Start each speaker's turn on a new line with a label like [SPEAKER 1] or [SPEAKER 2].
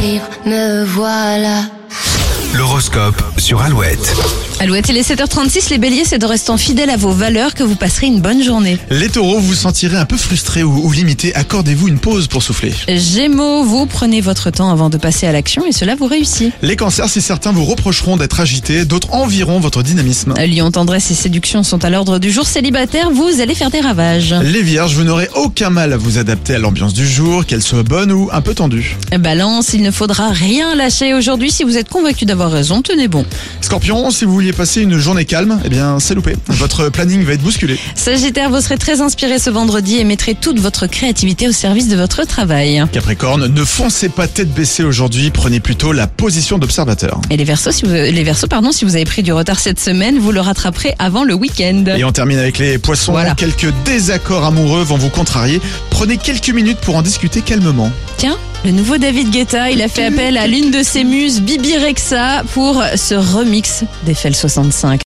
[SPEAKER 1] libre, me voilà.
[SPEAKER 2] L'horoscope sur Alouette.
[SPEAKER 3] Alouette, il est 7h36, les béliers, c'est de rester fidèles à vos valeurs que vous passerez une bonne journée.
[SPEAKER 4] Les taureaux, vous vous sentirez un peu frustré ou, ou limité. Accordez-vous une pause pour souffler.
[SPEAKER 3] Gémeaux, vous prenez votre temps avant de passer à l'action et cela vous réussit.
[SPEAKER 4] Les cancers, si certains vous reprocheront d'être agités, d'autres envieront votre dynamisme.
[SPEAKER 3] Lyon, tendresse et séduction sont à l'ordre du jour célibataire, vous allez faire des ravages.
[SPEAKER 4] Les vierges, vous n'aurez aucun mal à vous adapter à l'ambiance du jour, qu'elle soit bonne ou un peu tendue.
[SPEAKER 3] Balance, il ne faudra rien lâcher aujourd'hui si vous êtes convaincu d'avoir raison, tenez bon.
[SPEAKER 4] Scorpion, si vous vouliez passer une journée calme, eh bien c'est loupé. Votre planning va être bousculé.
[SPEAKER 3] Sagittaire, vous serez très inspiré ce vendredi et mettrez toute votre créativité au service de votre travail.
[SPEAKER 4] Capricorne, ne foncez pas tête baissée aujourd'hui, prenez plutôt la position d'observateur.
[SPEAKER 3] Et les versos, si vous, les Verseaux, pardon, si vous avez pris du retard cette semaine, vous le rattraperez avant le week-end.
[SPEAKER 4] Et on termine avec les poissons.
[SPEAKER 3] Voilà.
[SPEAKER 4] Quelques désaccords amoureux vont vous contrarier. Prenez quelques minutes pour en discuter calmement.
[SPEAKER 3] Tiens, le nouveau David Guetta, il a fait appel à l'une de ses muses, Bibi Rexa, pour ce remix d'Eiffel 65.